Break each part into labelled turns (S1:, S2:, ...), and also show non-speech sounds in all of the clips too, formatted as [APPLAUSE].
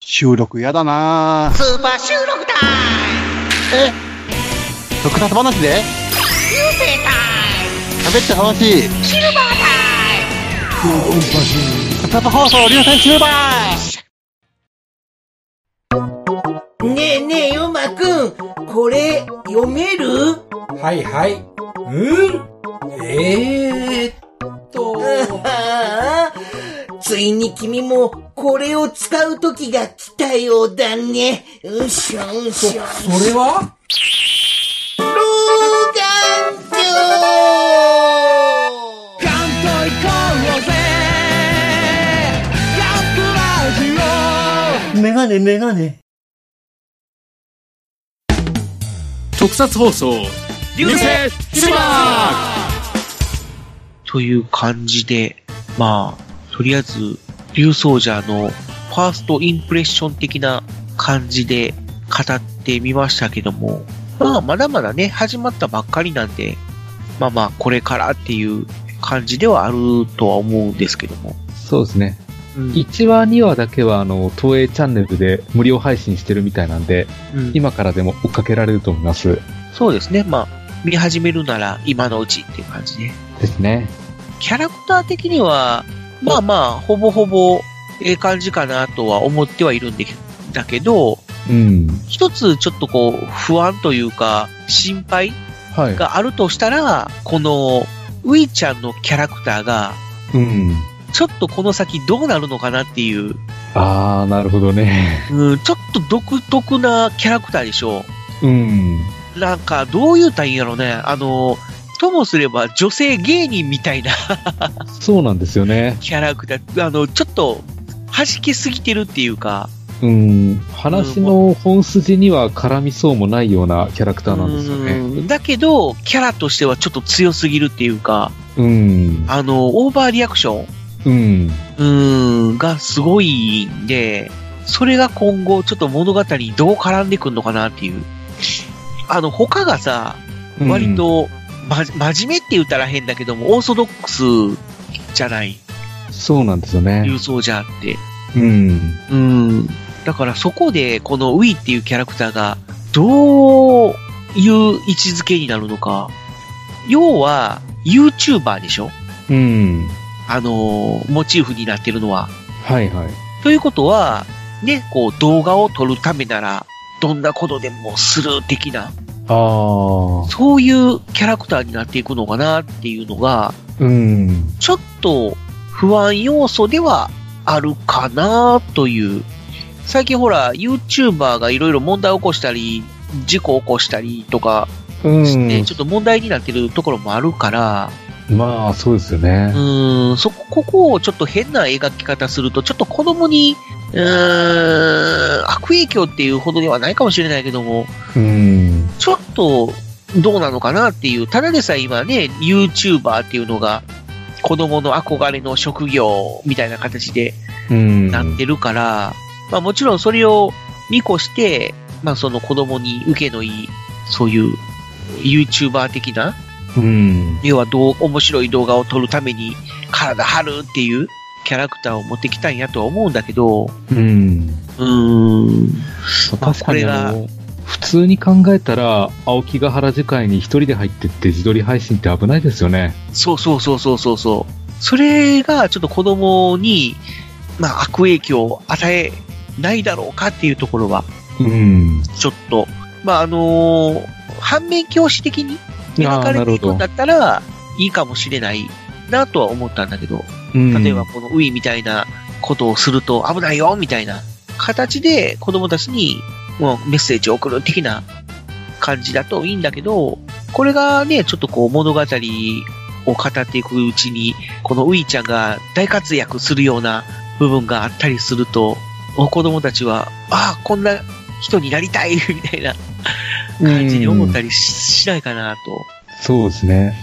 S1: 収録やだなぁ。
S2: スーパー収録タイム
S1: え特撮話で
S2: 流星タイ
S1: 喋った話
S2: ムシルバータ
S1: 特撮放送流星中盤
S3: ねえねえ、ヨマくん、これ、読める [LAUGHS]
S4: はいはい。うんえーっと、
S3: ああ、ついに君も、これを使う時が来たようだね。うしょうしょ。
S4: それは
S3: 老眼鏡
S5: 特撮放送流星シルバ
S6: という感じで、まあ、とりあえず、リュウソージャーのファーストインプレッション的な感じで語ってみましたけども、まあ、まだまだね、始まったばっかりなんで、まあまあ、これからっていう感じではあるとは思うんですけども。
S7: そうですね。
S6: うん
S7: 1話、2話だけは、あの、東映チャンネルで無料配信してるみたいなんで、
S6: うん
S7: 今からでも追っかけられると思います。
S6: そうですね、まあ、見始めるなら今のうちっていう感じで。
S7: ですね。
S6: キャラクター的には、まあまあ、ほぼほぼ、ええ感じかなとは思ってはいるんでだけど、
S7: うん。
S6: 一つちょっとこう、不安というか、心配
S7: はい。
S6: があるとしたら、この、ウィちゃんのキャラクターが、
S7: うん。
S6: ちょっとこの先どうなるのかなっていう、
S7: あー、なるほどね。
S6: うん、ちょっと独特なキャラクターでしょ
S7: [LAUGHS] うん。
S6: う。なんか、どう言うたらいいんやろね。あの、ともすれば女性芸人みたいな
S7: そうなんですよね。
S6: キャラクター、あの、ちょっと、弾けすぎてるっていうか、
S7: うん。話の本筋には絡みそうもないようなキャラクターなんですよね。
S6: うんだけど、キャラとしてはちょっと強すぎるっていうか、
S7: うん。
S6: あの、オーバーリアクション
S7: うん。
S6: うーん、がすごいんで、それが今後ちょっと物語にどう絡んでくんのかなっていう。あの、他がさ、
S7: うん
S6: 割。と、ま、真面目って言ったら変だけども、オーソドックスじゃない、
S7: そうなんですよね
S6: 流。走じゃんって。
S7: うん。
S6: うん。だからそこで、このウィっていうキャラクターが、どういう位置づけになるのか。要は、YouTuber でしょ
S7: うん。
S6: あのーモチーフになってるのは。
S7: はいはい。
S6: ということは、ね、こう動画を撮るためなら、どんなことでもする的な、
S7: あー。
S6: そういうキャラクターになっていくのかなっていうのが、
S7: うん。
S6: ちょっと不安要素ではあるかなという。最近ほら、YouTuber がいろいろ問題を起こしたり、事故を起こしたりとか
S7: うん。
S6: して、ちょっと問題になってるところもあるから、
S7: まあ、そうですよね
S6: う。ーん、そこ、ここをちょっと変な描き方すると、ちょっと子供に、うーん、悪影響っていうほどではないかもしれないけども、
S7: うん。
S6: ちょっとどうなのかなっていう、ただでさえ今ね、YouTuber っていうのが、子供の憧れの職業みたいな形で
S7: うん。
S6: なってるから、まあもちろんそれを見越して、まあその子供に受けのいい、そういう YouTuber 的な、
S7: うん。
S6: 要はどう面白い動画を撮るために体張るっていうキャラクターを持ってきたんやとは思うんだけど、
S7: うん。
S6: うーん、まあ
S7: 確かにあ
S6: こ
S7: の、普通に考えたら、青木ヶ原次回に一人で入ってって自撮り配信って危ないですよね。
S6: そうそうそうそうそうそう。それがちょっと子供に、まあ悪影響を与えないだろうかっていうところは、
S7: うん。
S6: ちょっと、まああのー反面教師的に描
S7: あ
S6: か
S7: あ、
S6: れ
S7: な
S6: て
S7: る
S6: いく
S7: ほ
S6: ん
S7: ど
S6: だ。ったら、いいかもしれないなとは思ったんだけど、
S7: うん
S6: 例えば、このウィみたいなことをすると危ないよみたいな形で子供たちにもうメッセージを送る的な感じだといいんだけど、これがね、ちょっとこう物語を語っていくうちに、このウィちゃんが大活躍するような部分があったりすると、子供たちは、ああ、こんな人になりたいみたいな感じに思ったりししないかなと。
S7: そうですね。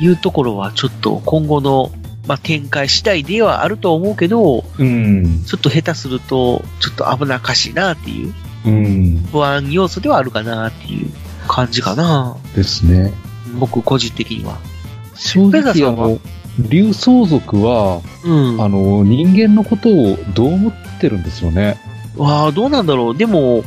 S6: いうところはちょっと今後の、まあ、展開次第ではあると思うけど、
S7: うん。
S6: ちょっと下手すると、ちょっと危なっかしいなっていう、
S7: うん。
S6: 不安要素ではあるかなっていう感じかな。
S7: ですね。
S6: 僕個人的には。
S7: 正
S6: ペガさ
S7: 直、あ
S6: んは
S7: の、竜相族は、
S6: うん。
S7: あの、人間のことをどう思ってるんですよね。
S6: わあ、どうなんだろう。でも、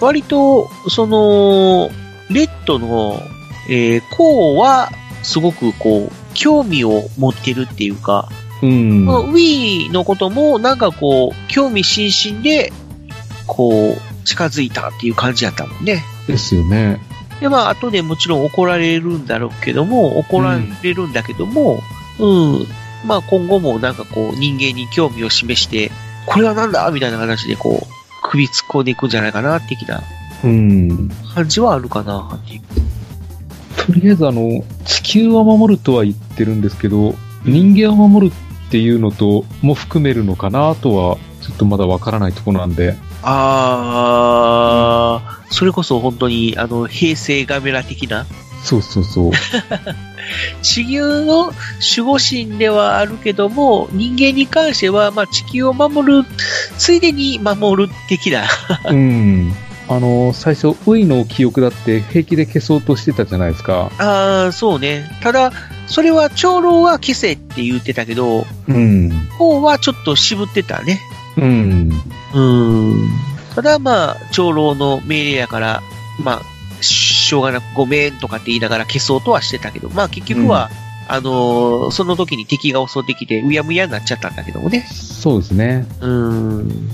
S6: 割と、その、レッドの、えー、コーは、すごくこう、興味を持ってるっていうか、
S7: うん。
S6: この Wii のことも、なんかこう、興味津々で、こう、近づいたっていう感じだったもんね。
S7: ですよね。
S6: で、まあ、後でもちろん怒られるんだろうけども、怒られるんだけども、うん、まあ今後もなんかこう、人間に興味を示して、これはなんだみたいな形でこう、首突っ込んでいくんじゃないかな、的な
S7: うん。
S6: 感じはあるかな、っていう。
S7: とりあえずあの、地球は守るとは言ってるんですけど、人間は守るっていうのとも含めるのかなとは、ちょっとまだわからないとこなんで。
S6: あー、それこそ本当に、あの、平成ガメラ的な、
S7: そうそう [LAUGHS] そう。
S6: 地球の守護神ではあるけども、人間に関しては、まあ地球を守る、ついでに守る的な、
S7: うん。あの、最初、ウイの記憶だって平気で消そうとしてたじゃないですか。
S6: ああ、そうね。ただ、それは長老は消せって言ってたけど、
S7: うん。
S6: 王はちょっと渋ってたね。
S7: うん。
S6: うん。ただまあ、長老の命令やから、まあ、しょうがなくごめんとかって言いながら消そうとはしてたけど、まあ結局は、あのーその時に敵が襲ってきて、うやむやになっちゃったんだけどもね。
S7: そうですね。
S6: うん。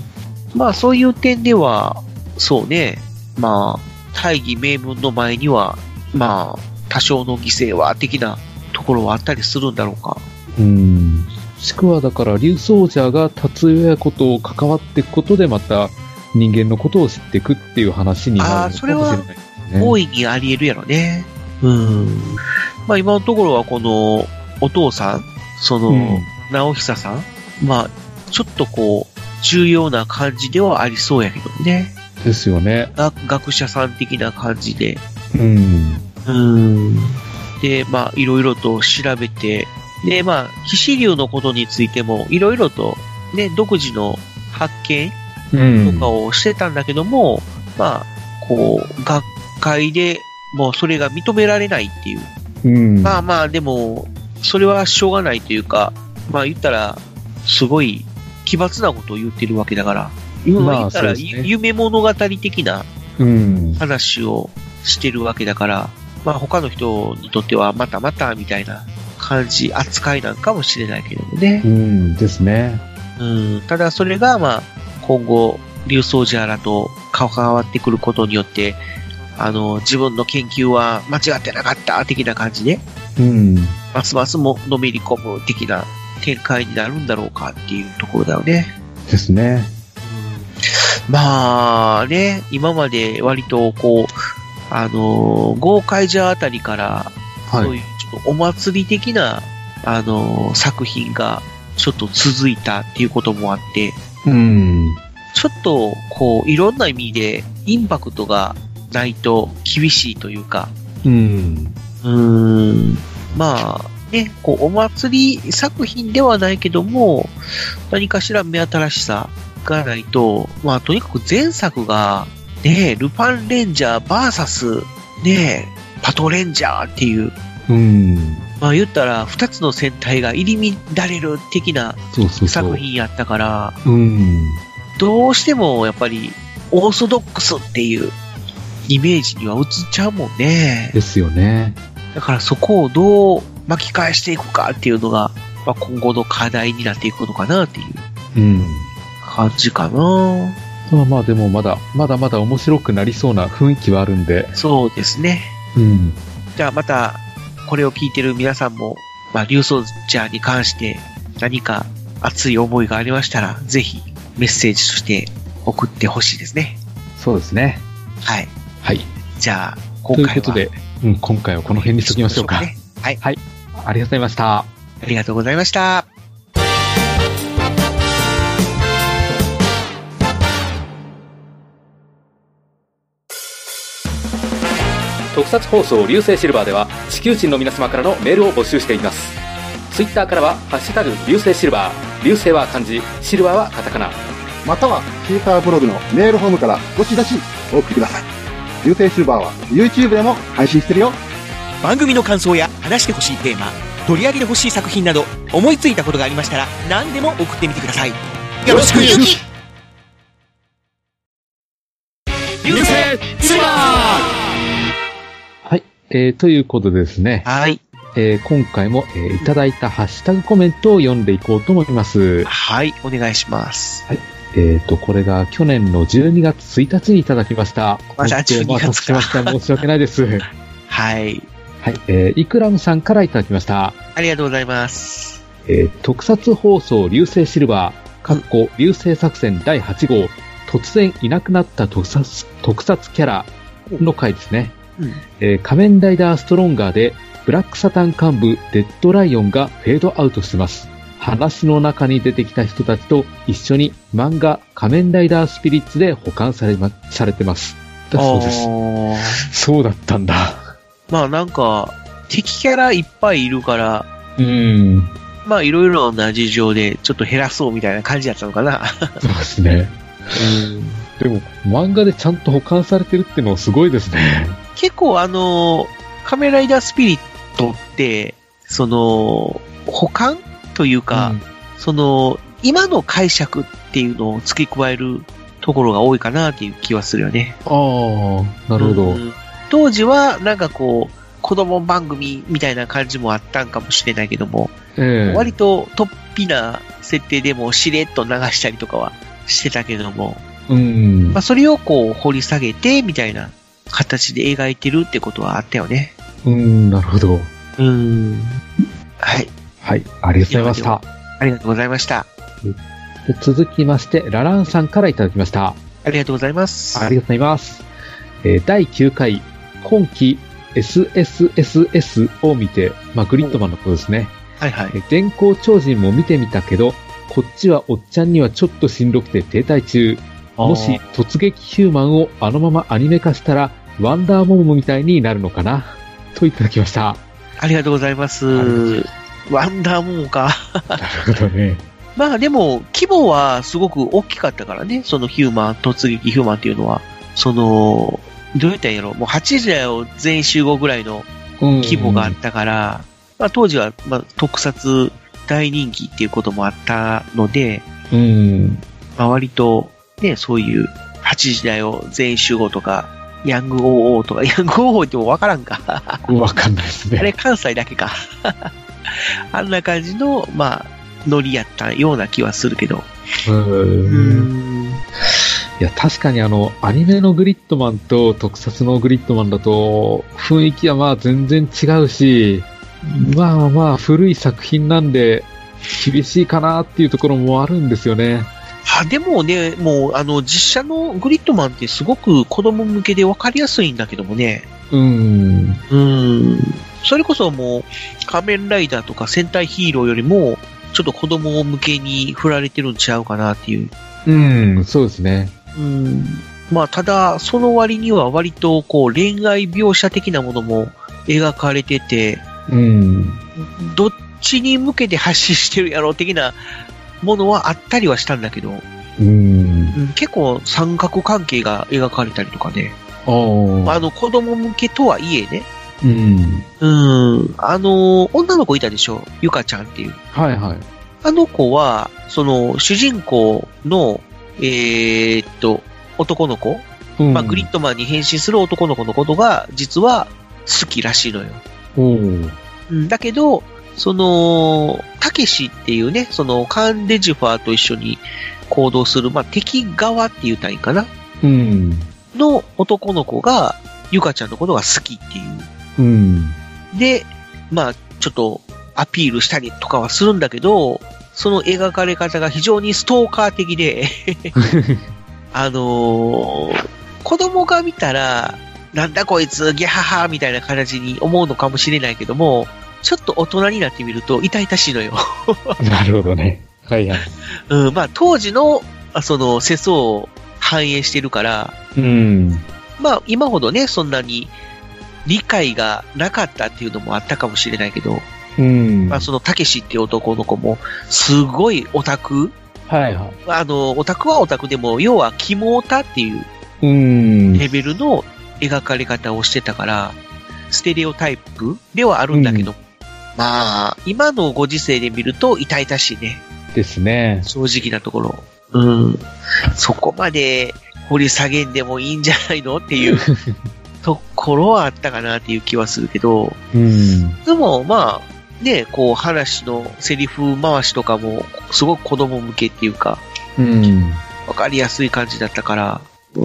S6: まあそういう点では、そうね、まあ、大義名分の前には、まあ、多少の犠牲は、的なところはあったりするんだろうか。
S7: うん。もしくは、だから、竜奏者が達也やことを関わっていくことで、また人間のことを知っていくっていう話になるのかもしれないですね。
S6: 大いにあり得るやろね。うん。まあ今のところはこの、お父さん、その、
S7: うん
S6: 直久さん、まあ、ちょっとこう、重要な感じではありそうやけどね。
S7: ですよね。
S6: が学者さん的な感じで。
S7: うん。
S6: うん。で、まあ、いろいろと調べて、で、まあ、騎士流のことについても、いろいろと、ね、独自の発見
S7: うん
S6: とかをしてたんだけども、まあ、こう、学会でもうそれが認められないっていう。
S7: うん。
S6: まあまあ、でも、それはしょうがないというか、まあ言ったら、すごい奇抜なことを言ってるわけだから、まあ言ったら、
S7: そうです
S6: ゆ
S7: ね
S6: 夢物語的な
S7: うん。
S6: 話をしてるわけだから、まあ他の人にとってはまたまたみたいな感じ、扱いなんかもしれないけどもね
S7: う。ん。ですね。
S6: うん。ただそれがまあ今後、竜奏者らと関わってくることによって、あの、自分の研究は間違ってなかった的な感じで、
S7: うん。
S6: ますますものめり込む的な展開になるんだろうかっていうところだよね。
S7: ですね。
S6: まあね、今まで割とこう、あのー、豪快じゃあたりから、
S7: はい
S6: そういうちょっとお祭り的な、あのー、作品がちょっと続いたっていうこともあって、
S7: うん。
S6: ちょっとこう、いろんな意味でインパクトがないと厳しいというか、
S7: うん。
S6: うーんまあ、ね、こう、お祭り作品ではないけども、何かしら目新しさがないと、まあ、とにかく前作が、ね、ルパンレンジャー VS、ね、パトレンジャーっていう、
S7: うん。
S6: まあ言ったら、二つの戦隊が入り乱れる的な
S7: そうそうそう。
S6: 作。品やったから、
S7: うん。
S6: どうしてもやっぱり、オーソドックスっていうイメージには映っちゃうもんね。
S7: ですよね。
S6: だからそこをどう巻き返していくかっていうのが、まあ、今後の課題になっていくのかなっていう
S7: うん。
S6: 感じかな。
S7: まあまあでもまだ、まだまだ面白くなりそうな雰囲気はあるんで。
S6: そうですね。
S7: うん。
S6: じゃあまた、これを聞いてる皆さんも、まあ、リュウソルジャーに関して何か熱い思いがありましたら、ぜひメッセージとして送ってほしいですね。
S7: そうですね。
S6: はい。
S7: はい。
S6: じゃあ、今回
S7: という
S6: は。
S7: ことで、うん、今回はこの辺にしときましょうか。
S6: ね
S7: ありがとうございました。
S6: ありがとうございました。
S8: 特撮放送流星シルバーでは地球人の皆様からのメールを募集していますツイッターからは「ハッシュタグ流星シルバー」流星は漢字シルバーはカタカナ
S1: または、シーサーブログのメールフォームからどしどしお送りください。流星シルバーは YouTube でも配信してるよ。
S9: 番組の感想や話してほしいテーマ取り上げてほしい作品など思いついたことがありましたら何でも送ってみてくださいよろしく
S5: 流星シルバ
S7: はい。えーということでですね、
S6: はい。
S7: えー今回も、えーいただいたハッシュタグコメントを読んでいこうと思います。
S6: はい、お願いします。
S7: えっ、と、これが去年の12月1日にいただきました。
S6: まだ12月か [LAUGHS]
S7: お待たせしました。申し訳ないです。はい。
S6: はい。
S7: えーイクラムさんからいただきました。
S6: ありがとうございます。
S7: えー特撮放送流星シルバー、かっこ流星作戦第8号、突然いなくなった特撮、特撮キャラの回ですね。
S6: うん
S7: えー仮面ライダーストロンガーで、ブラックサタン幹部デッドライオンがフェードアウトしてます。話の中に出てきた人たちと一緒に漫画仮面ライダースピリッツで保管され,、ま、されてます。だそうです。
S6: す。
S7: そうだったんだ。
S6: まあなんか、敵キャラいっぱいいるから、
S7: うん。
S6: まあいろいろな事情でちょっと減らそうみたいな感じだったのかな。
S7: そうですね。でも、漫画でちゃんと保管されてるってのはすごいですね。
S6: 結構あの、カメライダースピリットって、その、保管というか、その、今の解釈っていうのを付け加えるところが多いかなっていう気はするよね。
S7: ああ、なるほど
S6: う。ん当時はなんかこう、子供番組みたいな感じもあったんかもしれないけども、
S7: ええ
S6: 割と突飛な設定でもしれっと流したりとかはしてたけども、
S7: うん
S6: まあ、。それをこう掘り下げてみたいな形で描いてるってことはあったよね。
S7: うん、なるほど。
S6: うん。はい。
S7: はい、ありがとうございまし
S6: ありがとうございました。
S7: た。で続きまして、ラランさんからいただきました。
S6: ありがとうございます。
S7: ありがとうございます。えー第9回、今期 SSSS を見て、まあ、グリッドマンのことですね。
S6: はいはい。
S7: え電光超人も見てみたけど、こっちはおっちゃんにはちょっとしんどくて停滞中。もし突撃ヒューマンをあのままアニメ化したら、ワンダーモムみたいになるのかなといただきました。
S6: ありがとうございます
S7: ありがとうござ。
S6: ワンダーモモか。 [LAUGHS]
S7: なるほどね。
S6: まあでも、規模はすごく大きかったからね、そのヒューマン、突撃ヒューマンっていうのは、その、どう言ったらいいんやろ、もう8時だよ、全員集合ぐらいの規模があったから、まあ当時は、まあ特撮大人気っていうこともあったので、
S7: うん。
S6: まあ割と、ね、そういう、8時だよ、全員集合とか、ヤング OO とか、ヤング OO ってもうわからんか。
S7: わかんないです
S6: あれ
S7: ね。
S6: 関西だけか。 [LAUGHS] あんな感じの、まあ、ノリやったような気はするけど。
S7: うん。いや、確かにあの、アニメのグリッドマンと特撮のグリッドマンだと、雰囲気はまあ全然違うし、まあまあ古い作品なんで、厳しいかなっていうところもあるんですよね。
S6: あでもね、もう、あの、実写のグリッドマンってすごく子供向けで分かりやすいんだけどもね。
S7: うん。
S6: うん。それこそもう、仮面ライダーとか戦隊ヒーローよりも、ちょっと子供向けに振られてるんちゃうかなっていう。
S7: うん、そうですね。
S6: うん。まあ、ただ、その割には割と、こう、恋愛描写的なものも描かれてて、
S7: うん。
S6: どっちに向けて発信してるやろう的なものはあったりはしたんだけど、
S7: うん。
S6: うん結構三角関係が描かれたりとかね。
S7: あ
S6: まあ、
S7: あ。
S6: あの、子供向けとはいえね。
S7: うん。
S6: うん。あの、女の子いたでしょゆかちゃんっていう。
S7: はいはい。
S6: あの子は、その、主人公の、えーっと、男の子、
S7: うん、
S6: まあ、グリッドマンに変身する男の子のことが、実は好きらしいのよ。
S7: おー
S6: うんだけど、その、たけしっていうね、その、カンデジファーと一緒に行動する、まあ、敵側って言うたらいいかな
S7: うん。
S6: の男の子が、ゆかちゃんのことが好きっていう。
S7: うん。 [LAUGHS]
S6: で、まあ、ちょっと、アピールしたりとかはするんだけど、その描かれ方が非常にストーカー的で、 [LAUGHS] あのー子供が見たら、なんだこいつ、ギャハハみたいな形に思うのかもしれないけども、ちょっと大人になってみると痛々しいのよ。
S7: なるほどね。はいはい。
S6: うん、まあ当時の、あその、世相を反映してるから、
S7: うん。
S6: まあ今ほどね、そんなに理解がなかったっていうのもあったかもしれないけど、
S7: うん。
S6: まあその、たけしっていう男の子も、すごいオタク
S7: はいは
S6: あの、オタクはオタクでも、要はキモオタっていう
S7: い。うん。
S6: レベルの描かれ方をしてたから、ステレオタイプではあるんだけど、まあ、今のご時世で見ると痛々しいね。
S7: ですね。
S6: 正直なところ。うん。そこまで掘り下げんでもいいんじゃないのって [LAUGHS] いうところはあったかなっていう気はするけど、
S7: うん。
S6: でもまあ、ね、こう話のセリフ回しとかも、すごく子供向けっていうか、
S7: うん。
S6: わかりやすい感じだったから、う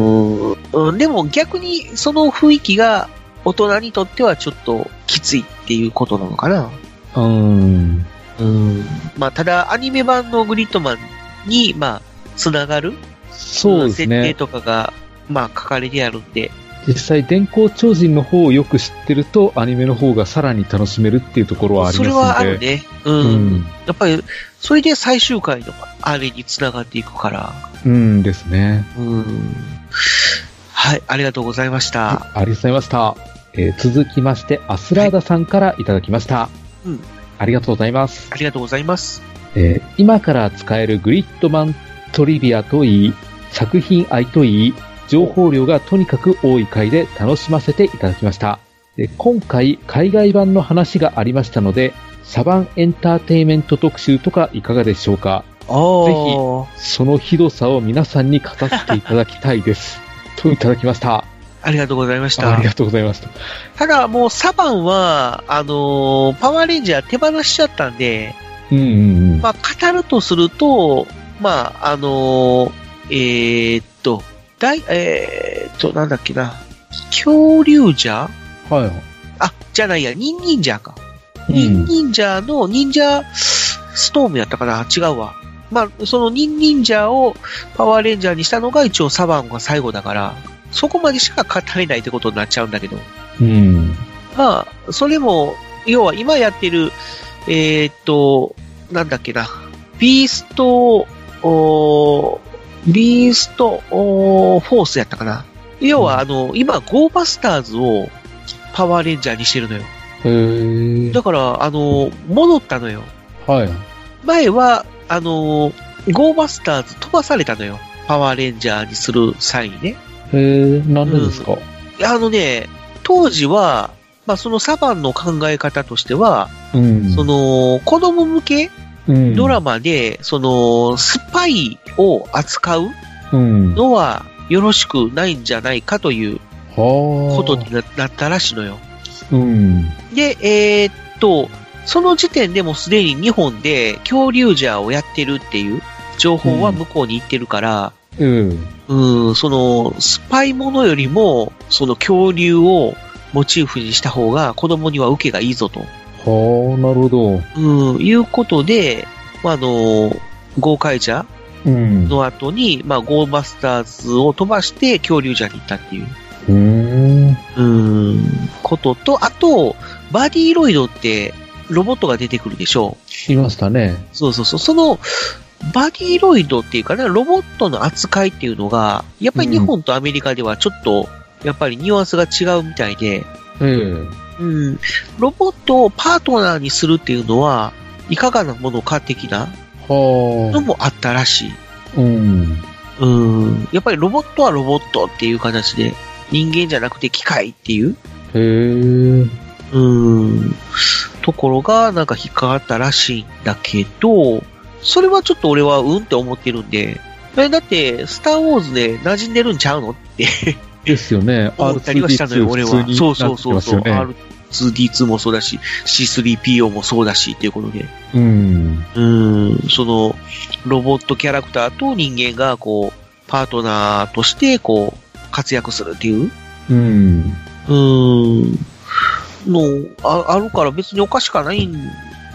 S6: ーんうん、でも逆にその雰囲気が大人にとってはちょっときついっていうことなのかな。
S7: うん。
S6: うん。まあ、ただアニメ版のグリッドマンに、まあ、つながる
S7: そうです
S6: 設定
S7: ね。
S6: とかが、まあ、書かれてあるんで、
S7: 実際、電光超人の方をよく知ってると、アニメの方がさらに楽しめるっていうところはあり
S6: そ
S7: ます
S6: れはある
S7: ので。
S6: ね。うん。
S7: うん。
S6: やっぱり、それで最終回のあれにつながっていくから、
S7: うんですね。
S6: うん。はい、ありがとうございました。
S7: ありがとうございました。えー続きまして、アスラーダさんからいただきました。
S6: うん
S7: ありがとうございます、
S6: ありがとうございます。
S7: えー今から使えるグリッドマントリビアといい、作品愛といい、情報量がとにかく多い回で楽しませていただきました。で今回、海外版の話がありましたので、サバンエンターテインメント特集とかいかがでしょうか
S6: お
S7: ーそのひどさを皆さんに語っていただきたい [LAUGHS] です。といただきました。
S6: ありがとうございまし
S7: あ
S6: た
S7: り。がとうございました。
S6: ただ、もう、サバンは、あのーパワーレンジャー手放しちゃったんで、
S7: うんうんうん。
S6: まあ、語るとすると、まあ、あのーえーっと、大、えーっと、なんだっけな、恐竜じゃ
S7: はい。
S6: あ、じゃないや、ニンニンジャーか。
S7: うん
S6: ニンニンジャーの、ニンジャーストームやったかな違うわ。まあ、そのニンニンジャーをパワーレンジャーにしたのが一応サバンが最後だから、そこまでしか語れないってことになっちゃうんだけど。
S7: うん。
S6: まあ、それも、要は今やってる、えーっと、なんだっけな、ビースト、おービーストおーフォースやったかな。要は、あの、今、ゴーバスターズをパワーレンジャーにしてるのよ。
S7: へー
S6: だから、あの、戻ったのよ。
S7: はい。
S6: 前は、あの、ゴーバスターズ飛ばされたのよ。パワーレンジャーにする際にね。
S7: へーなんでですか、
S6: いやあのね、当時は、まあ、そのサバンの考え方としては、
S7: うん
S6: その、子供向け
S7: うん
S6: ドラマで、その、スパイを扱う
S7: うん。は
S6: のはよろしくないんじゃないかという
S7: あ。
S6: ことにななったらしいのよ。
S7: うん。
S6: で、えーっと、その時点でもうすでに日本で恐竜ジャーをやってるっていう情報は向こうに行ってるから、
S7: うん。
S6: うん、その、スパイものよりも、その恐竜をモチーフにした方が子供には受けがいいぞと。
S7: はあ、なるほど。
S6: うん、いうことで、まあ、あの、ゴーカイジャー
S7: うん。う
S6: の後に、まあ、ゴーバスターズを飛ばして恐竜ジャーに行ったっていう、
S7: ーん。
S6: うん、ことと、あと、バディロイドってロボットが出てくるでしょ
S7: いましたね。
S6: そうそうそう。その、バディロイドっていうかな、ロボットの扱いっていうのが、やっぱり日本とアメリカではちょっと、やっぱりニュアンスが違うみたいで、
S7: ええ
S6: うん、ロボットをパートナーにするっていうのは、いかがなものか的なの
S7: は
S6: もあったらしい。
S7: あ。うん。
S6: うん。やっぱりロボットはロボットっていう形で、人間じゃなくて機械っていう、
S7: へえ。
S6: うん、ところがなんか引っかかったらしいんだけど、それはちょっと俺はうんって思ってるんで、え、だって、スターウォーズで馴染んでるんちゃうのって
S7: ですよね。
S6: 思ったりはしたのよ、俺は。
S7: R2D2
S6: そうそうそうそう、
S7: 普通になってきますよね
S6: R2D2 もそうだし、C3PO もそうだし、っていうことで。
S7: うん。
S6: うん、その、ロボットキャラクターと人間が、こう、パートナーとして、こう、活躍するっていう、
S7: うん。
S6: うん、のあ、あるから別におかしくはないん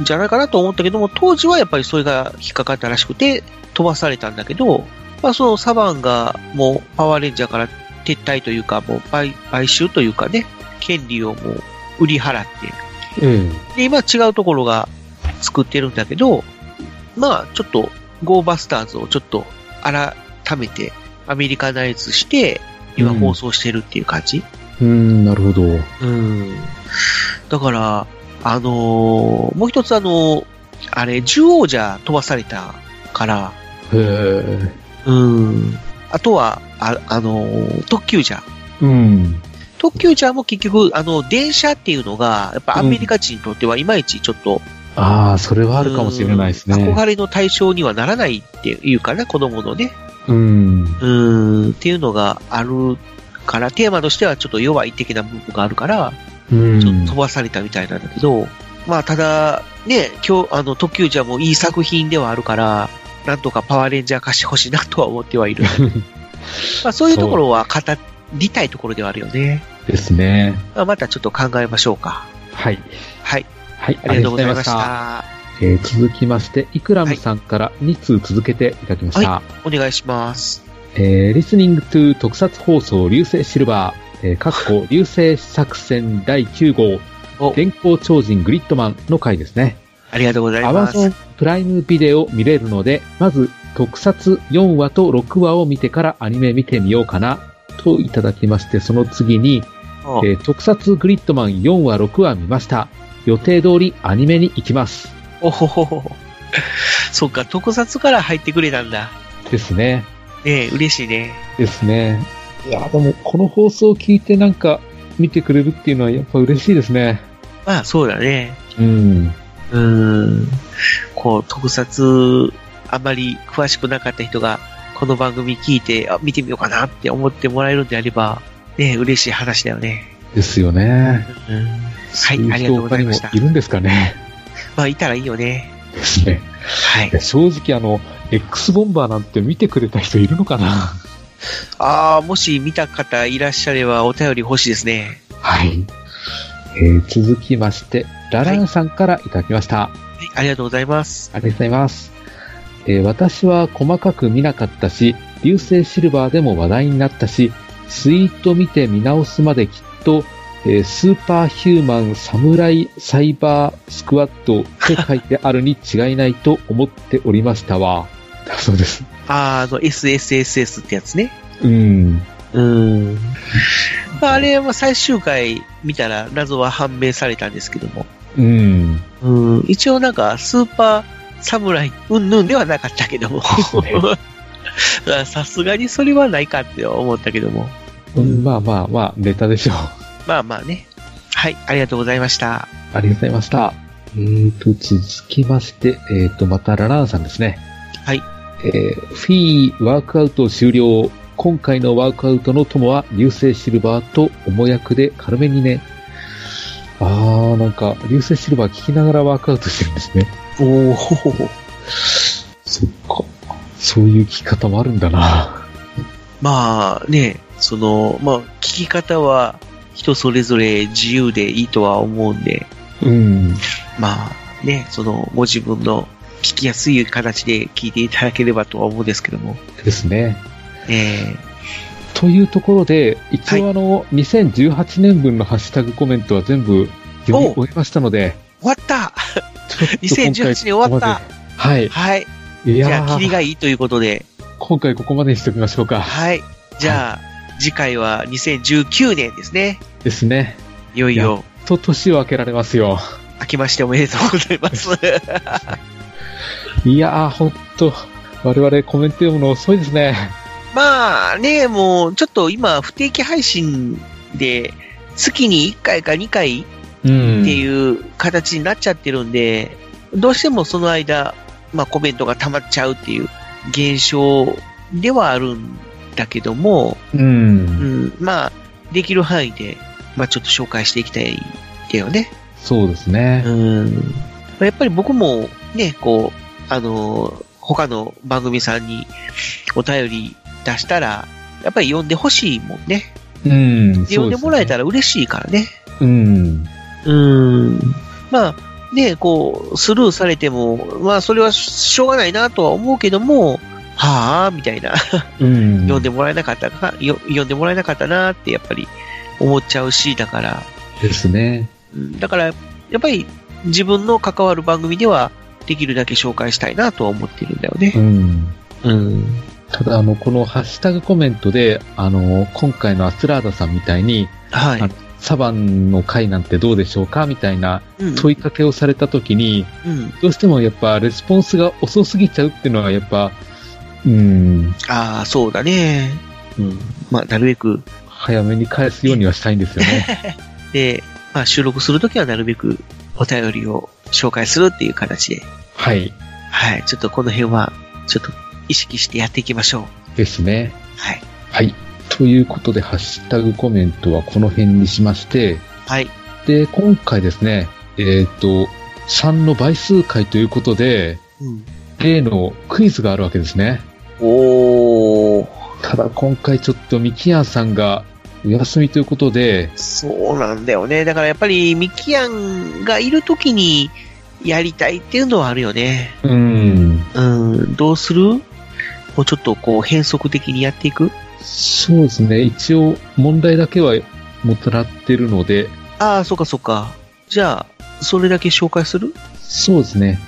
S6: じゃないかなと思ったけども、当時はやっぱりそれが引っかかったらしくて、飛ばされたんだけど、まあそのサバンがもうパワーレンジャーから撤退というか、もう買買収というかね、権利をもう売り払って、
S7: え
S6: で、今違うところが作ってるんだけど、まあ、ちょっと、ゴーバスターズをちょっと改めてアメリカナイズして、今
S7: うん
S6: 放送してるっていう感じ。
S7: えうん、なるほど。
S6: うん。だから、あのーもう一つあのーあれ、獣王じゃ飛ばされたから、
S7: へえ。
S6: うん。あとは、あ、あのー特急じゃ。
S7: うん。
S6: 特急じゃも結局、あの、電車っていうのが、やっぱアメリカ人にとってはいまいちちょっと、
S7: ああ、それはあるかもしれないですね。
S6: 憧れの対象にはならないっていうかな、子供のね。
S7: うん。
S6: うーん、っていうのがあるから、テーマとしてはちょっと弱い的な部分があるから、
S7: うん
S6: ちょっと飛ばされたみたいなんだけど、まあただ、ね、今日、あの、特急じゃもういい作品ではあるから、なんとかパワーレンジャー化してほしいなとは思って
S7: [LAUGHS]
S6: はいる。まあそういうところは語りたいところではあるよね。
S7: ですね。
S6: まあ、またちょっと考えましょうか。
S7: はい。
S6: はい、
S7: はい、
S6: ありがとうございました。
S7: ありがとうございました。えー続きまして、イクラムさんから2通続けていただきました。
S6: お願いします。
S7: えー、Listening to 特撮放送流星シルバー、えー、かっ
S6: [LAUGHS]
S7: こ流星作戦第9号
S6: お、
S7: 電光超人グリッドマンの回ですね。
S6: ありがとうござい
S7: ア
S6: ま
S7: マ
S6: す。
S7: ゾンプライムビデオ見れるので、まず特撮4話と6話を見てからアニメ見てみようかな、といただきまして、その次に、
S6: お
S7: えー特撮グリッドマン4話6話見ました。予定通りアニメに行きます。
S6: おほほほほ。そっか、特撮から入ってくれたんだ。
S7: ですね。
S6: ねえ、嬉しいね。
S7: ですね。いや、でも、この放送を聞いてなんか、見てくれるっていうのはやっぱ嬉しいですね。
S6: まあ、そうだね。
S7: うん。
S6: うーん。こう、特撮、あんまり詳しくなかった人が、この番組聞いて、あ、見てみようかなって思ってもらえるんであれば、ねえ、嬉しい話だよね。
S7: ですよね。
S6: うん。は
S7: そう
S6: い、ありが
S7: 人
S6: とうございました
S7: 他に。もいるんですかね。
S6: まあ、いたらいいよね。
S7: ですね。
S6: はい
S7: いや。正直あの、X ボンバーなんて見てくれた人いるのかな
S6: ああ、もし見た方いらっしゃれば、お便り欲しいですね。
S7: はい。えー続きまして、ラランさんからいただきました。
S6: はい、ありがとうございます。
S7: ありがとうございます。えー私は細かく見なかったし、流星シルバーでも話題になったし、スイート見て見直すまできっと、えースーパーヒューマンサムライサイバースクワットって書いてあるに違いないと思っておりましたわ。だそうです。
S6: あーあの、SSSS ってやつね。
S7: うん。
S6: うん。まあ、あれは最終回見たら謎は判明されたんですけども。
S7: うん。
S6: うん。一応なんか、スーパー侍、うんぬんではなかったけども。あ [LAUGHS] さすがにそれはないかって思ったけども。
S7: うんまあまあまあ、ネタでしょう。
S6: まあまあね。はい、ありがとうございました。
S7: ありがとうございました。えーと、続きまして、えーと、またラランさんですね。
S6: はい。
S7: えー、フィーワークアウト終了。今回のワークアウトの友は流星シルバーと重役で軽めにね。あー、なんか、流星シルバー聞きながらワークアウトしてるんですね。
S6: おお。
S7: そっか。そういう聞き方もあるんだな。
S6: まあね、その、まあ、聞き方は人それぞれ自由でいいとは思うんで、
S7: うん。
S6: まあね、その、ご自分の聞きやすい形で聞いていただければとは思うんですけども、
S7: ですね。
S6: え
S7: というところで、一応あの、2018年分のハッシュタグコメントは全部読み終えましたので、
S6: ー、終わった
S7: ちょっと今
S6: 2018
S7: 回
S6: 年終わった
S7: ここまではい。
S6: はい。
S7: い
S6: じゃ
S7: や
S6: あ、キリ
S7: ー、
S6: がいいということで、
S7: 今回ここまでにしておきましょうか。
S6: はい。じゃあ、次回は2019年ですね。
S7: ですね。
S6: いよいよ、
S7: と、年を明けられますよ。
S6: 明けましておめでとうございます。
S7: いやー、ほんと、我々コメント読むの遅いですね。
S6: まあね、もう、ちょっと今、不定期配信で、月に1回か2回
S7: うん。
S6: っていう形になっちゃってるんで、どうしてもその間、まあコメントが溜まっちゃうっていう現象ではあるんだけども、
S7: う。
S6: うんん、まあ、できる範囲で、まあちょっと紹介していきたいんだよね。
S7: そうですね
S6: う。ん。まあやっぱり僕もね、こう、あのー他の番組さんにお便り出したら、やっぱり読んでほしいもんね。
S7: うん。そうすね
S6: 読んでもらえたら嬉しいからね。
S7: うん。
S6: うん。まあ、ね、こう、スルーされても、まあ、それはしょうがないなとは思うけども、はあ、みたいな、
S7: うん。
S6: 読んでもらえなかったか、よ読んでもらえなかったなって、やっぱり思っちゃうし、だから、
S7: ですね。
S6: うんだから、やっぱり自分の関わる番組では、できるだけ紹介したいなとは思ってるんだよ
S7: う
S6: ね。
S7: ん。
S6: うん。
S7: ただ、あの、このハッシュタグコメントで、あの、今回のアスラーダさんみたいに、
S6: はい
S7: あ。サバンの回なんてどうでしょうかみたいな
S6: うん
S7: 問いかけをされた時に、
S6: うん。
S7: どうしてもやっぱレスポンスが遅すぎちゃうっていうのはやっぱ、うん、
S6: ああ、そうだね。うん。まあ、なるべく、
S7: 早めに返すようにはしたいんですよね。
S6: で、まあ、収録するときはなるべくお便りを紹介するっていう形で、
S7: はい。
S6: はい、ちょっとこの辺は、ちょっと意識してやっていきましょう。
S7: ですね。
S6: はい。
S7: はい。ということで、ハッシュタグコメントはこの辺にしまして、
S6: はい。
S7: で、今回ですね、えっ、と、3の倍数回ということで、
S6: うん。
S7: 例のクイズがあるわけですね。
S6: おー、
S7: ただ今回ちょっとミキアンさんがお休みということで、
S6: そうなんだよね。だからやっぱり、ミキアンがいるときにやりたいっていうのはあるよね。
S7: うん、
S6: うん、どうするもうちょっとこう、変則的にやっていく
S7: そうですね、一応問題だけはもたらってるので、
S6: ああ、そうかそうか。じゃあ、それだけ紹介する
S7: そうですね。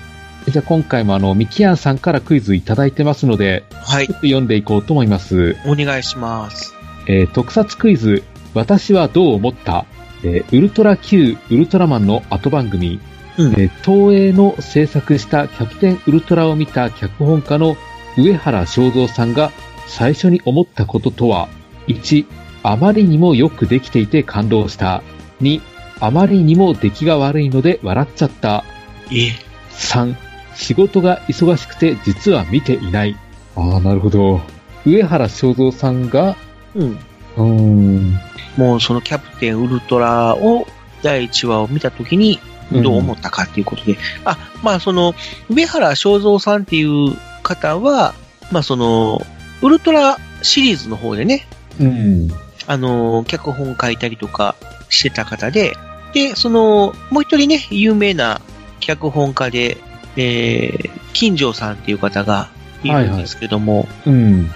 S7: じゃあ今回もあの、ミキアンさんからクイズいただいてますので、
S6: はい
S7: ちょ。っと読んでいこうと思います。
S6: お願いします。
S7: えー特撮クイズ、私はどう思った、えーウルトラ Q ウルトラマンの後番組、
S6: うん
S7: えー東映の制作したキャプテンウルトラを見た脚本家の上原正蔵さんが最初に思ったこととは、1、あまりにもよくできていて感動した。2、あまりにも出来が悪いので笑っちゃった。
S6: え、
S7: 3、仕事が忙しくて実は見ていない。ああ、なるほど。上原正蔵さんが、
S6: うん。
S7: うーん、
S6: もうそのキャプテンウルトラを、第1話を見たときに、どう思ったかっていうことで。あ、まあその、上原正蔵さんっていう方は、まあその、ウルトラシリーズの方でね、
S7: うん。
S6: あの、脚本書いたりとかしてた方で、で、その、もう一人ね、有名な脚本家で、えー、金城さんっていう方がいるんですけども、
S7: うん。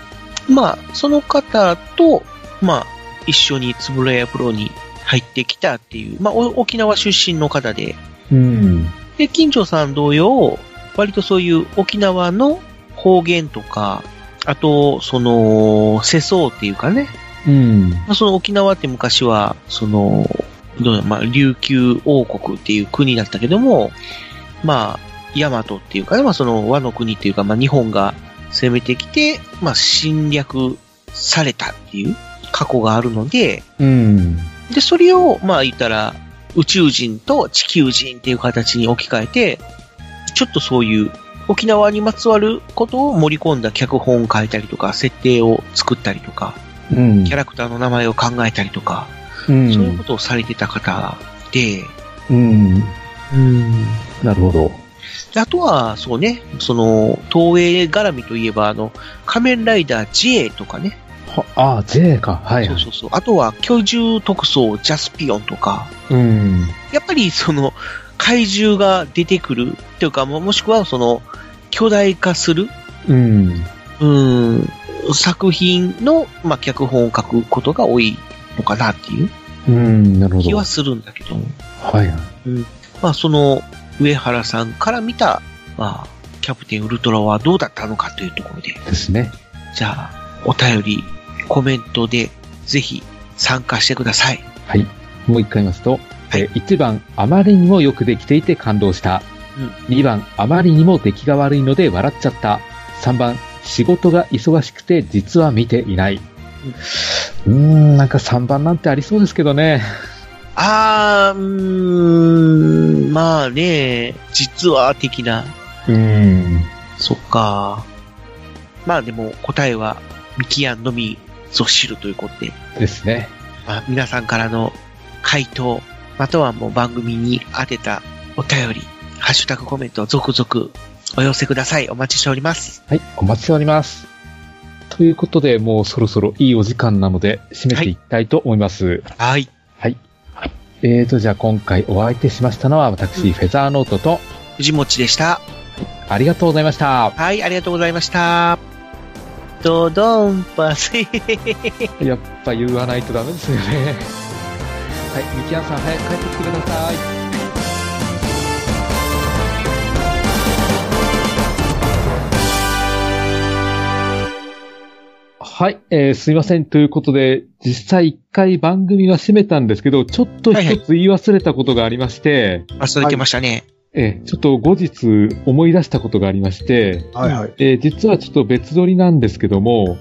S6: まあ、その方と、まあ、一緒につぶらやプロに入ってきたっていう、まあ、お沖縄出身の方で、
S7: うん。
S6: で、金城さん同様、割とそういう沖縄の方言とか、あと、その、世相っていうかね、
S7: うん。
S6: まあ、その沖縄って昔は、その、どうだまあ、琉球王国っていう国だったけども、まあ、大和っていうかね、まあ、その和の国っていうか、まあ、日本が攻めてきて、まあ、侵略されたっていう過去があるので、
S7: うん。
S6: で、それを、まあ、言ったら、宇宙人と地球人っていう形に置き換えて、ちょっとそういう沖縄にまつわることを盛り込んだ脚本を書いたりとか、設定を作ったりとか、
S7: うん。
S6: キャラクターの名前を考えたりとか、
S7: う
S6: そういうんこ。とをされてた方で、
S7: うん。なるほど。
S6: であとは、そうね、その、東映絡みといえば、あの、仮面ライダー J とかね、
S7: はああ、J か。はい。
S6: そうそうそう、あとは、巨獣特捜ジャスピオンとか、
S7: うん。
S6: やっぱりその、怪獣が出てくるっていうか、ももしくはその、巨大化する、
S7: うん。
S6: うーん、作品の、まあ、脚本を書くことが多いのかなっていう
S7: うん。なるほ
S6: 気
S7: ど。
S6: は
S7: は
S6: するんだけど、
S7: い。
S6: まあ、その、上原さんから見た、まあ、キャプテンウルトラはどうだったのかというところで、
S7: ですね。
S6: じゃあ、お便り、コメントで、ぜひ、参加してください。
S7: はい。もう一回言いますと、
S6: はい
S7: えー1番、あまりにもよくできていて感動した。2番、あまりにも出来が悪いので笑っちゃった。3番、仕事が忙しくて実は見ていない。うーん、なんか3番なんてありそうですけどね。
S6: あー、うーん、まあね、実は的な、
S7: うん。
S6: そっか。まあでも、答えは、ミキアンのみぞ知るということで、
S7: ですね。
S6: まあ、皆さんからの回答、またはもう番組に当てたお便り、ハッシュタグコメント続々お寄せください。お待ちしております。
S7: はい、お待ちしております。ということで、もうそろそろいいお時間なので、締めていきたいと思います。
S6: はい。
S7: はい。えーと、じゃあ今回お相手しましたのは、私、フェザーノートと、
S6: 藤持ちでした。
S7: ありがとうございました。
S6: はい、ありがとうございました。ドドンパセ
S7: やっぱ言わないとダメですよね。はい、みきやんさん、早く帰ってきてください。はい、えーすいません。ということで、実際一回番組は締めたんですけど、ちょっと
S6: はいは
S7: 一
S6: い
S7: つ言い忘れたことがありまして、
S6: 忘れてましたね。
S7: えーちょっと後日思い出したことがありまして、
S1: はいはい。
S7: えー実はちょっと別撮りなんですけども、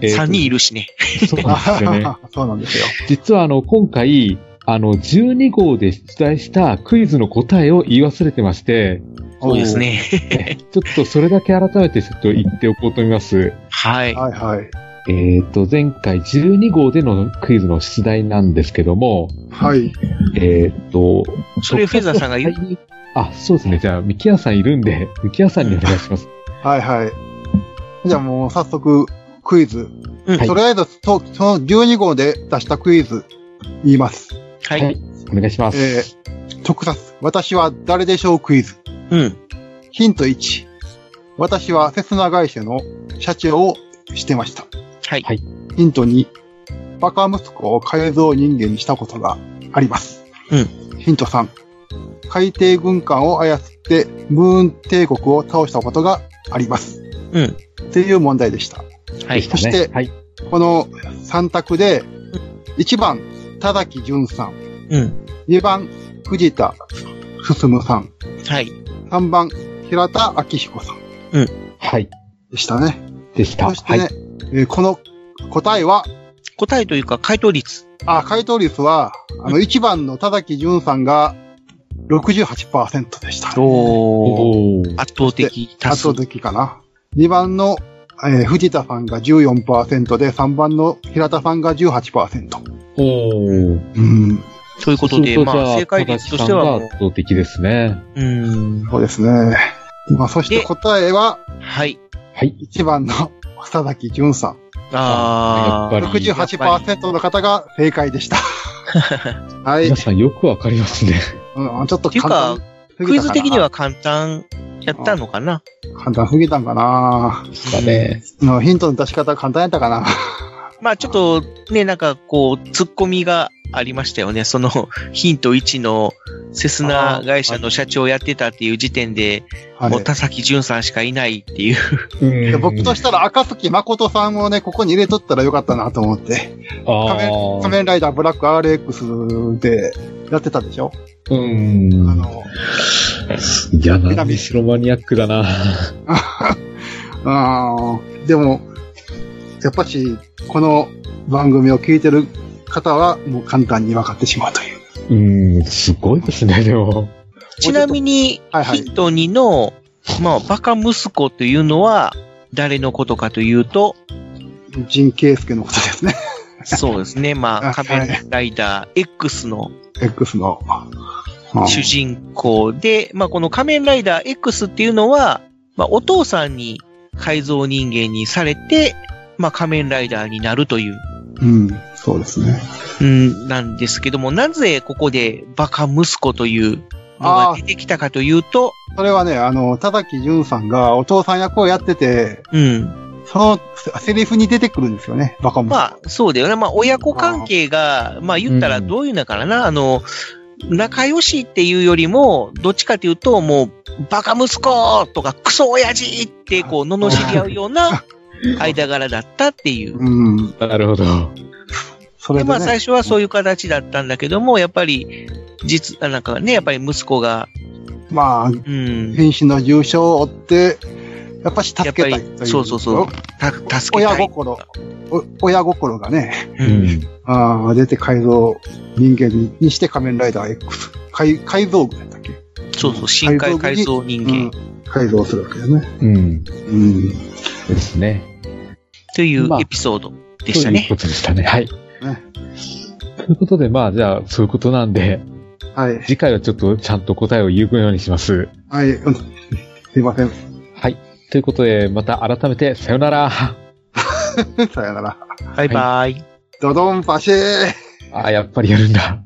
S7: えー
S6: 3人いるしね。
S7: そうなんです [LAUGHS] よね。
S1: [LAUGHS] そうなんですよ。
S7: 実はあの、今回、あの、12号で出題したクイズの答えを言い忘れてまして、
S6: そうですね。
S7: ちょっとそれだけ改めてちょっと言っておこうと思います。
S6: はい。
S1: はいはい。
S7: えっ、と、前回12号でのクイズの出題なんですけども、
S1: はい。
S7: えっ、と、
S6: それフェザーさんが言う
S7: あ、そうですね。じゃあ、ミキヤさんいるんで、ミキヤさんにお願いします。
S1: はいはい。じゃあもう早速、クイズ。
S6: うん
S1: とりあえず、そその12号で出したクイズ、言います。
S6: はい。
S7: はいお願いします。
S1: えー、特撮、私は誰でしょうクイズ。
S6: うん。
S1: ヒント1。私はセスナ会社の社長をしてました。
S6: はい。
S7: はい
S1: ヒント2。バカ息子を改造人間にしたことがあります。
S6: うん
S1: ヒント3。海底軍艦を操ってムーン帝国を倒したことがあります。
S6: うん。
S1: っていう問題でした。
S6: はい。
S1: そして
S7: はい。
S1: この3択で、1番、田崎淳さん。
S6: うん。
S1: 2番、藤田進さん。
S6: はい。
S1: 3番、平田明彦さん
S7: はい。
S1: でしたね。
S7: でした。
S1: そして
S7: はい
S1: ね。、えーこの答えは、
S6: 答えというか、回答率。
S1: あ、回答率は、あの、1番の田崎淳さんが68%でした。
S6: おー。
S7: おー
S6: 圧倒的多
S1: 圧
S6: 数
S1: 倒。的かな。2番の、えー藤田さんが14%で、3番の平田さんが18%。
S7: おー
S1: うん、
S6: ということで、
S7: そうする
S6: ま
S7: じゃ
S6: あ、正解率としては
S7: 小
S6: も
S7: 田さんが圧倒的ですね。
S6: う、うん。
S1: そうですね。まあ、そして
S6: で
S1: 答えは、
S6: はい。
S7: はい。
S1: 1番の田崎淳さん。
S6: あ
S7: や
S6: ー
S7: っぱり。
S1: 68%の方が正解
S7: [LAUGHS]
S1: でした。はい
S7: 皆。さんよくわかりますね。
S1: うん、ちょっと
S6: っていう
S1: 簡単
S6: か
S1: すぎたかな
S6: クイズ的には簡単やったのかな。
S1: 簡単すぎたんかな
S7: だね。
S1: うんヒントの出し方簡単やったかな [LAUGHS]
S6: まあちょっとね、なんかこう、突っ込みがありましたよね。そのヒント1のセスナ会社の社長をやってたっていう時点で、
S1: はい
S6: もう田崎淳さんしかいないっていう。
S1: いや僕としたら赤月誠さんをね、ここに入れとったらよかったなと思って。
S7: あ
S1: 仮面仮
S7: ー
S1: 面ライダーブラック RX でやってたでしょ、
S7: うん。
S1: あの、
S7: いや、何しろマニアックだな。
S1: あーでも、やっぱし、この番組を聞いてる方はもう簡単に分かってしまうという。
S7: うん、すごいですね、でも。
S6: ちなみに、
S1: はいはい
S6: ヒント2の、まあ、バカ息子というのは、誰のことかというと、
S1: 陣圭介のことですね。 [LAUGHS]
S6: そうですね、まあ、
S1: あ
S6: 仮面ライダー X の
S1: X の。
S6: 主人公で、まあ、この仮面ライダー X っていうのは、まあ、お父さんに改造人間にされて、まあ、仮面ライダーになるという、
S1: うん、うんそうですね。
S6: うん、なんですけども、なぜここでバカ息子というのが出てきたかというと、
S1: それはね、あの、田崎淳さんがお父さん役をやってて、
S6: うん。
S1: そのセリフに出てくるんですよね、バカも。
S6: まあ、そうだよね。まあ、親子関係が、まあ、言ったらどういうのかな、あの、仲良しっていうよりも、どっちかというと、もう、バカ息子とか、クソ親父って、こう、罵り合うような間柄だったっていう。
S1: うん。
S7: なるほど。
S1: それで、
S6: で
S1: ね、
S6: まあ最初はそういう形だったんだけども、やっぱり、実、あなんかね、やっぱり息子が、
S1: まあ、
S6: うん、
S1: 変身の重傷を負って、やっぱし助
S6: やっ
S1: け
S6: ぱ
S1: たい
S6: り
S1: という。、
S6: そうそうそう、た助け
S1: 親
S6: たい。
S1: 心、お親心がね、
S6: う
S7: うんん。
S1: ああ、出て改造人間にして仮面ライダー X。改改造具だったっけ、
S6: そうそう、深海改造人
S1: う
S6: 間
S1: ん、改造するわけだね。
S7: うん。で
S1: うん。
S7: すね。
S6: という
S7: まあ
S6: エピソードでした
S7: という
S6: ね。
S7: ことでしたね。はい。ということで、まあ、じゃあ、そういうことなんで、
S1: はい。
S7: 次回はちょっとちゃんと答えを言うようにします。
S1: はい。うんすいません。
S7: はい。ということで、また改めて、さよなら。
S1: さよなら。
S6: バイバイ。
S1: ドドンパシー
S7: ああ、やっぱりやるんだ。